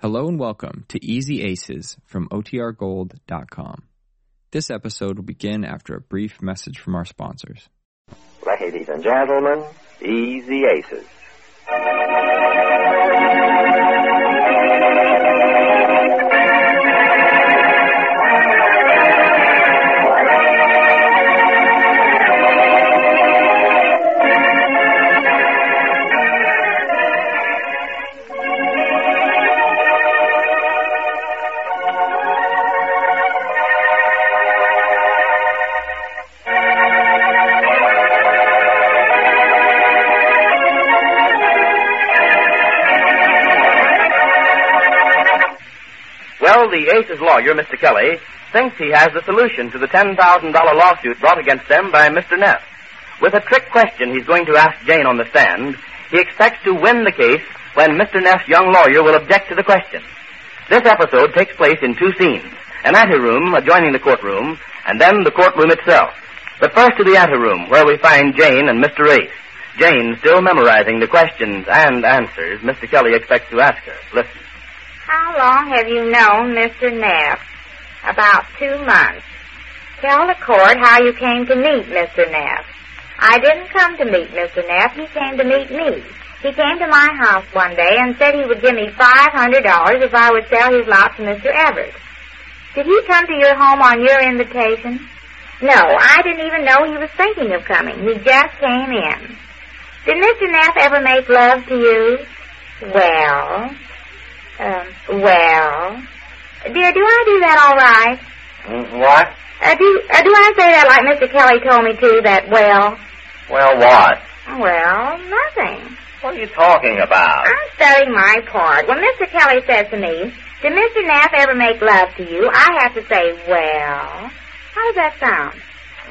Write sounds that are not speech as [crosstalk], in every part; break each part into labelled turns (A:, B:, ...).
A: Hello and welcome to Easy Aces from OTRGold.com. This episode will begin after a brief message from our sponsors.
B: Ladies and gentlemen, Easy Aces. Well, the Aces lawyer, Mr. Kelly, thinks he has the solution to the $10,000 lawsuit brought against them by Mr. Neff. With a trick question he's going to ask Jane on the stand, he expects to win the case when Mr. Neff's young lawyer will object to the question. This episode takes place in two scenes an anteroom adjoining the courtroom, and then the courtroom itself. But first to the anteroom, where we find Jane and Mr. Ace. Jane still memorizing the questions and answers Mr. Kelly expects to ask her. Listen.
C: How long have you known Mr. Neff? About two months. Tell the court how you came to meet Mr. Neff. I didn't come to meet Mr. Neff. He came to meet me. He came to my house one day and said he would give me $500 if I would sell his lot to Mr. Everett. Did he come to your home on your invitation? No, I didn't even know he was thinking of coming. He just came in. Did Mr. Neff ever make love to you? Well, um, well, dear, do I do that all right?
B: Mm, What?
C: Uh, do uh, do I say that like Mr. Kelly told me to? That well, oh,
B: Well, what?
C: well, nothing.
B: What are you talking about?
C: I'm studying my part. When Mr. Kelly says to me, "Did Mr. Knapp ever make love to you?" I have to say, "Well." How does that sound?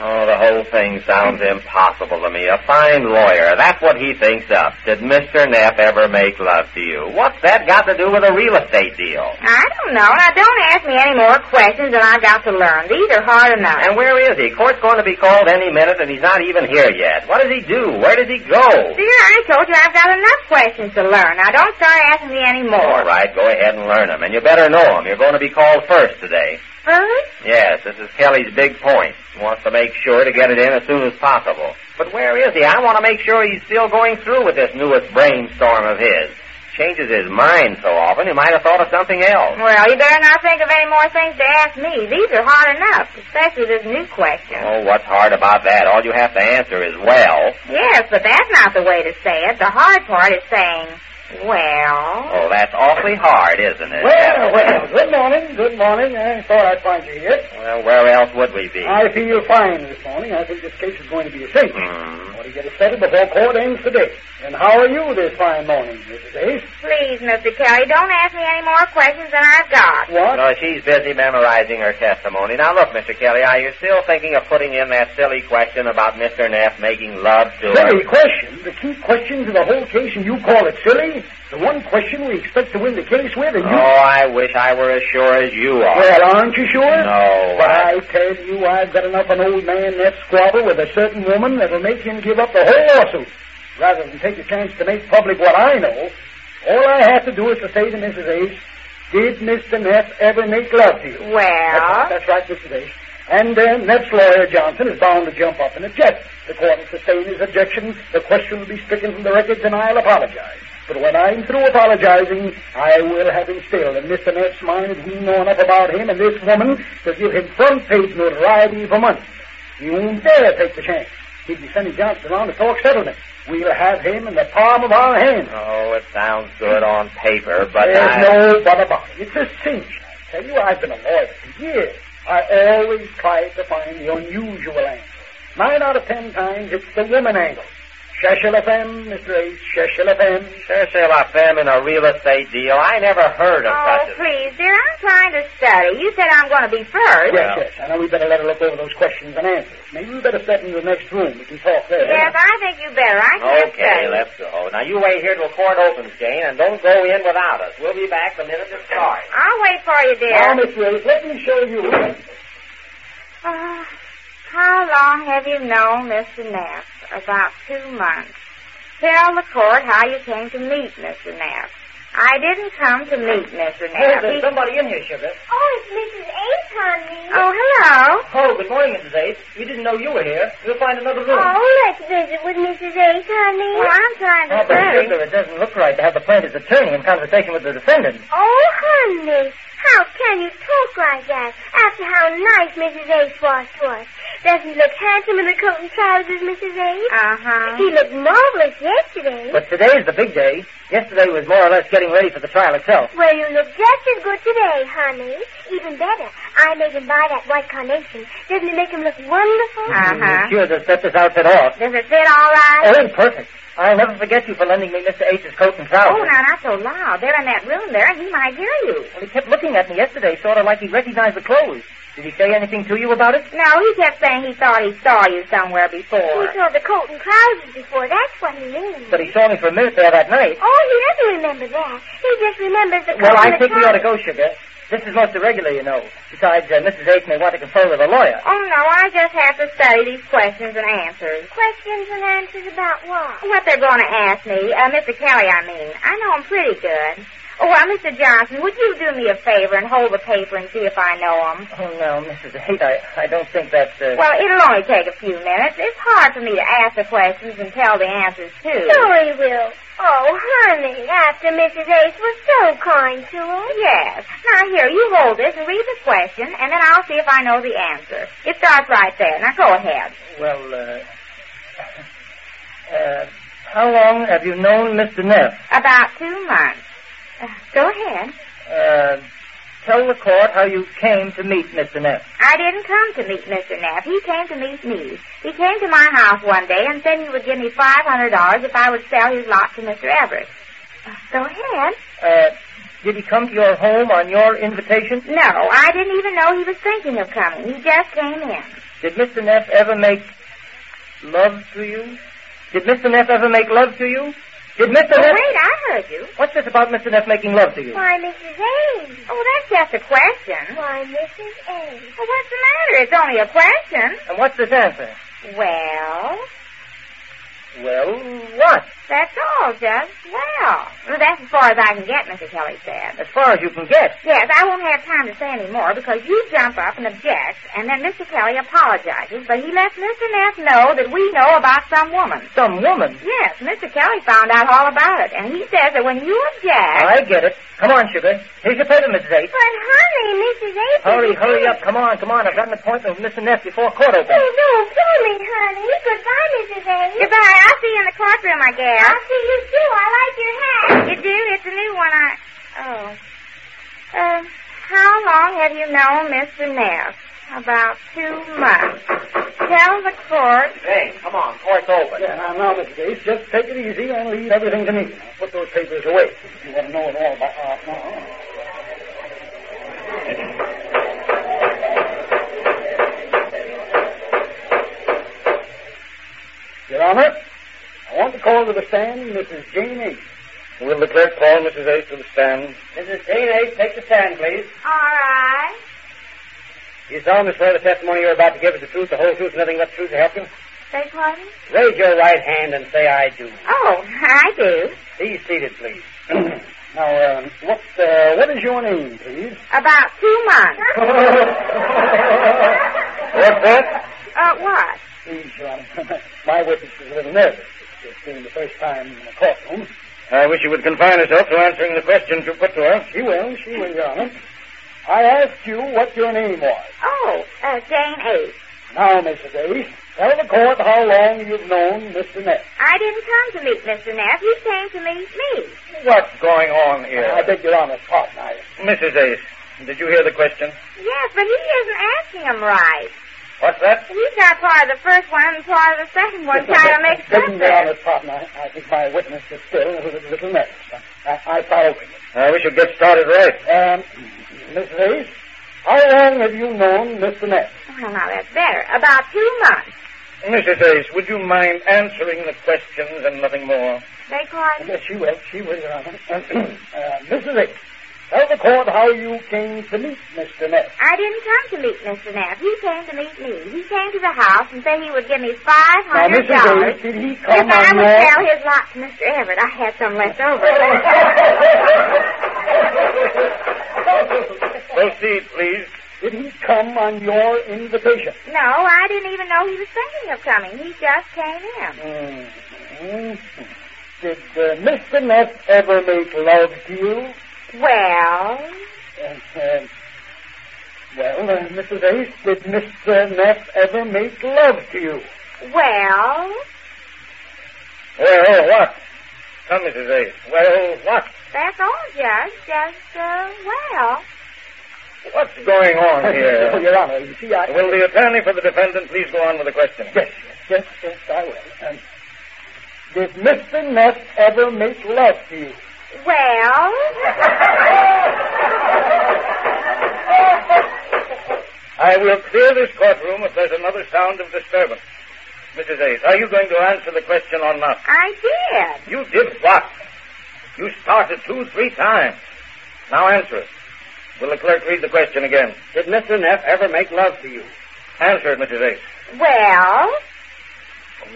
B: Oh, the whole thing sounds impossible to me. A fine lawyer. That's what he thinks up. Did Mr. Neff ever make love to you? What's that got to do with a real estate deal?
C: I don't know. Now, don't ask me any more questions than I've got to learn. These are hard enough.
B: And where is he? Court's going to be called any minute, and he's not even here yet. What does he do? Where does he go?
C: Dear, I told you I've got enough questions to learn. Now, don't start asking me any
B: All
C: more.
B: right, go ahead and learn him. And you better know him. You're going to be called first today.
C: First,
B: Yes, this is Kelly's big point. He wants to make sure to get it in as soon as possible. But where is he? I want to make sure he's still going through with this newest brainstorm of his. Changes his mind so often, he might have thought of something else.
C: Well, you better not think of any more things to ask me. These are hard enough, especially this new question.
B: Oh, what's hard about that? All you have to answer is well.
C: Yes, but that's not the way to say it. The hard part is saying, well.
B: Oh, that's awfully hard, isn't it?
D: Well, well, good morning, good morning. I thought I'd find you here.
B: Well, where else would we be?
D: I feel fine this morning. I think this case is going to be a cinch. I
B: Hmm.
D: want to get it settled before court ends today. And how are you this fine morning, Mrs. Ace?
C: Please, Mr. Kelly, don't ask me any more questions than I've got.
D: What?
B: No, she's busy memorizing her testimony. Now, look, Mr. Kelly, are you still thinking of putting in that silly question about Mr. Neff making love to her?
D: Silly question. The key question to the whole case, and you call it silly? The one question we expect to win the case with, and
B: Oh,
D: you...
B: I wish I were as sure as you are.
D: Well, aren't you sure?
B: Oh. no.
D: But I tell you, I've got enough of an old man that squabble with a certain woman that'll make him give up the whole lawsuit. Rather than take a chance to make public what I know, all I have to do is to say to Mrs. Ace, did Mr. Neff ever make love to you?
C: Well.
D: That's, that's right, Mrs. Ace. And uh, Neff's lawyer, Johnson, is bound to jump up and object. The court will sustain his objection. The question will be stricken from the records, and I'll apologize. But when I'm through apologizing, I will have him still. And Mr. Neff's mind, we know enough about him and this woman to give him front-page notoriety for months. He won't dare take the chance. He'd be sending Johnson around to talk settlement. We'll have him in the palm of our hand.
B: Oh, it sounds good on paper, but
D: There's
B: I...
D: no but about it. It's a cinch. I tell you, I've been a lawyer for years. I always try to find the unusual angle. Nine out of ten times, it's the woman angle. Sheshel FM, Mr. Ace, Sheshel FM.
B: Churchill FM in a real estate deal. I never heard of
C: Oh,
B: such a
C: please, dear, I'm trying to study. You said I'm going to be first.
D: Yes, yes. I know we better let her look over those questions and answers. Maybe we better step into the next room. We can talk there.
C: Yes, I think you better. I can't
B: Okay,
C: study.
B: let's go. Now, you wait here till court opens, Jane, and don't go in without us. We'll be back the minute it starts.
C: I'll wait for you, dear.
D: Now, Mr. Ace, let me show you.
C: Ah, how long have you known Mr. Knapp? About two months. Tell the court how you came to meet Mr. Knapp. I didn't come to meet
E: Hey,
C: Mr. Knapp.
E: there's
B: [laughs]
C: He-
E: somebody in here, sugar.
F: Oh, it's Mrs. Ace, honey.
C: Oh, hello.
E: Oh, good morning, Mrs. Ace. We didn't know you were here. We'll find another room.
F: Oh, let's visit with Mrs. Ace, honey.
C: Well, I'm trying
E: Oh,
C: to
E: but
C: say.
E: sugar, it doesn't look right to have the plaintiff's attorney in conversation with the defendant.
F: Oh, honey, how can you talk like that after how nice Mrs. Ace was to us? Doesn't he look handsome in the coat and trousers, Mrs. Ace?
C: Uh-huh.
F: He looked marvelous yesterday.
E: But today's the big day. Yesterday was more or less getting ready for the trial itself.
F: Well, you look just as good today, honey. Even better. I made him buy that white carnation. Doesn't it make him look wonderful?
C: Uh-huh.
E: It sure does set this outfit off.
C: Does it fit
E: Oh,
C: all right?
E: it's perfect. I'll never forget you for lending me Mr. Ace's coat and trousers.
C: Oh, now, not so loud. They're in that room there, and he might hear you.
E: Well, he kept looking at me yesterday, sort of like he recognized the clothes. Did he say anything to you about it?
C: No, he kept saying he thought he saw you somewhere
F: He
C: before.
F: saw the coat and trousers before. That's what he means.
E: But he saw me for a minute there that night.
F: Oh, he doesn't remember that. He just remembers the coat
E: Well,
F: and
E: I
F: the
E: think we ought to
F: trousers.
E: go, sugar. This is most irregular, you know. Besides, uh, Mrs. Ace may want to consult with a lawyer.
C: Oh, no, I just have to study these questions and answers.
F: Questions and answers about what?
C: Oh, What they're going to ask me, uh, Mr. Kelly, I mean. I know him pretty good. Oh, well, Mr. Johnson, would you do me a favor and hold the paper and see if I know him?
E: Oh, no, Mrs. Ace, I, I don't think that's... Uh...
C: Well, it'll only take a few minutes. It's hard for me to ask the questions and tell the answers, too.
F: Sure he will. Oh, honey, after Mrs. Ace was so kind to him.
C: Yes. Now, here, you hold this and read the question, and then I'll see if I know the answer. It starts right there. Now, go ahead.
E: Well, uh, uh, how long have you known Mr. Neff?
C: About two months. Uh, Go ahead.
E: Uh, tell the court how you came to meet Mr. Neff.
C: I didn't come to meet Mr. Knapp. He came to meet me. He came to my house one day and said he would give me $500 if I would sell his lot to Mr. Everett. Uh, Go ahead.
E: Uh, did he come to your home on your invitation?
C: No, I didn't even know he was thinking of coming. He just came in.
E: Did Mr. Neff ever make love to you? Did Mr. Neff ever make love to you? Did Mr.
C: Oh,
E: Neff...
C: wait, I heard you.
E: What's this about Mr. Neff making love to you?
F: Why, Mrs. Ace?
C: Oh, that's just a question. Well,
F: Why, Mrs. Ace?
C: what's the matter? It's only a question.
E: And what's this answer?
C: Well,
E: Well, what?
C: that's all, just well. Well, That's as far as I can get, Mr. Kelly said.
E: As far as you can get.
C: Yes, I won't have time to say any more because you jump up and object, and then Mr. Kelly apologizes, but he lets Mr. Neff know that we know about some woman.
E: Some woman.
C: Yes, Mr. Kelly found out all about it, and he says that when you object...
E: I get it. Come on, sugar. Here's your paper, Mrs. H.
F: But, honey, Mrs. Ace...
E: Hurry,
F: is
E: hurry
F: sick.
E: up. Come on, come on. I've got an appointment with Mr. Neff before court
F: Do,
E: opens.
F: do, do me, honey. Goodbye, Mrs. Ace.
C: Goodbye. I'll see you in the courtroom, I guess.
F: I'll see you too. I like your hat.
C: You do? It's a new one. I... Oh. Um, how long have you known Mr. Neff? About two months. Tell the court...
E: Hey, come on. Court's over.
D: Yeah, now, now, Mr. Gates, just take it easy and leave everything to me. Now, put those papers away. You want to know it all about uh, now. Your Honor, I want to call to the stand Mrs. Jane H.
B: Will the clerk call Mrs. Ace to the stand?
E: Mrs. Jane H., take the stand, please.
F: All right.
E: You solemnly swear the testimony you're about to give is the truth, the whole truth, nothing but the truth to help you?
F: Beg pardon?
E: Raise your right hand and say I do.
C: Oh, [laughs] I do.
E: Be seated, please.
D: Now, uh, what, uh, what is your name, please?
C: About two months.
D: What's that?
C: Uh, what?
D: Please, Your Honor. [laughs] My witness is a little nervous. It's being the first time in the courtroom.
B: I wish you would confine herself to answering the questions you put to her.
D: She will, she will, Your Honor. I asked you what your name was.
C: Oh, uh, Jane H.
D: Now, Mrs. Ace, tell the court how long you've known Mr. Neff.
C: I didn't come to meet Mr. Neff. He came to meet me.
B: What's going on here?
D: I beg Your Honor's pardon. I,
B: Mrs. Uh, Ace, did you hear the question?
C: Yes, but he isn't asking him right.
B: What's that?
C: He's got part of the first one and part of the second one trying
D: [laughs]
C: to make
D: Begging Your
C: sense.
D: Honor's pardon. I, I think my witness is still a little, little nervous. I, I follow with you.
B: I wish you'd get started right.
E: [laughs]
D: Um, Mrs. Ace, how long have you known Mr. Neff?
C: Well, now that's better. About two months.
B: Mrs. Ace, would you mind answering the questions and nothing more?
C: Beg pardon?
D: [clears throat] Yes, she will. She will, Your Honor. uh, Mrs. Ace, uh, Tell the court how you came to meet Mr. Neff.
C: I didn't come to meet Mr. Knapp. He came to meet me. He came to the house and said he would give me five
D: Now,
C: hundred dollars
D: Mrs. Davis, did he
C: if
D: come
C: I
D: on
C: would
D: your...
C: sell his lot to Mr. Everett. I had some left
D: [laughs]
C: over.
B: Proceed, please.
D: Did he come on your invitation?
C: no, I didn't even know he was thinking of coming. He just came in.
D: Mhm. Did uh, Mr. Neff ever make love to you?
C: Well,
D: Uh, uh, well, uh, Mrs. Ace, did Mr. Neff ever make love to you?
C: well,
B: Well, what? Come, Mrs. Ace. Well, what?
C: that's all, Judge. Just, uh, well.
B: What's going on [laughs]
D: Oh,
B: here?
D: Your Honor, you see, I...
B: Will the attorney for the defendant please go on with the questioning?
D: Yes, yes, yes, I will. Um, did Mr. Neff ever make love to you?
C: Well,
B: I will clear this courtroom if there's another sound of disturbance. Mrs. Ace, are you going to answer the question or not?
C: I did.
B: You did what? You started two, three times. Now answer it. Will the clerk read the question again?
D: Did Mr. Neff ever make love to you?
B: Answer it, Mrs. Ace.
C: Well,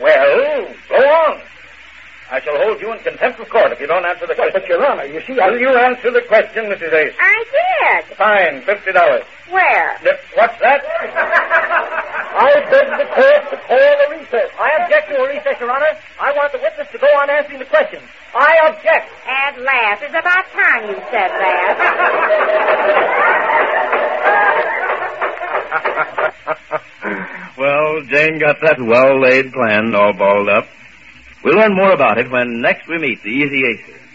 B: Well, go on. I shall hold you in contempt of court if you don't answer the question.
D: But, Your Honor, you see, I...
B: Will you answer the question, Mrs. Ace?
C: I did.
B: Fine, fifty dollars.
C: Where?
B: What's that?
D: [laughs] I beg the court to call a recess.
B: I object to a recess, Your Honor. I want the witness to go on answering the question. I object.
C: At last. It's about time you said [laughs] that.
G: [laughs] well, Jane got that well laid plan all balled up. We'll learn more about it when next we meet the Easy Aces.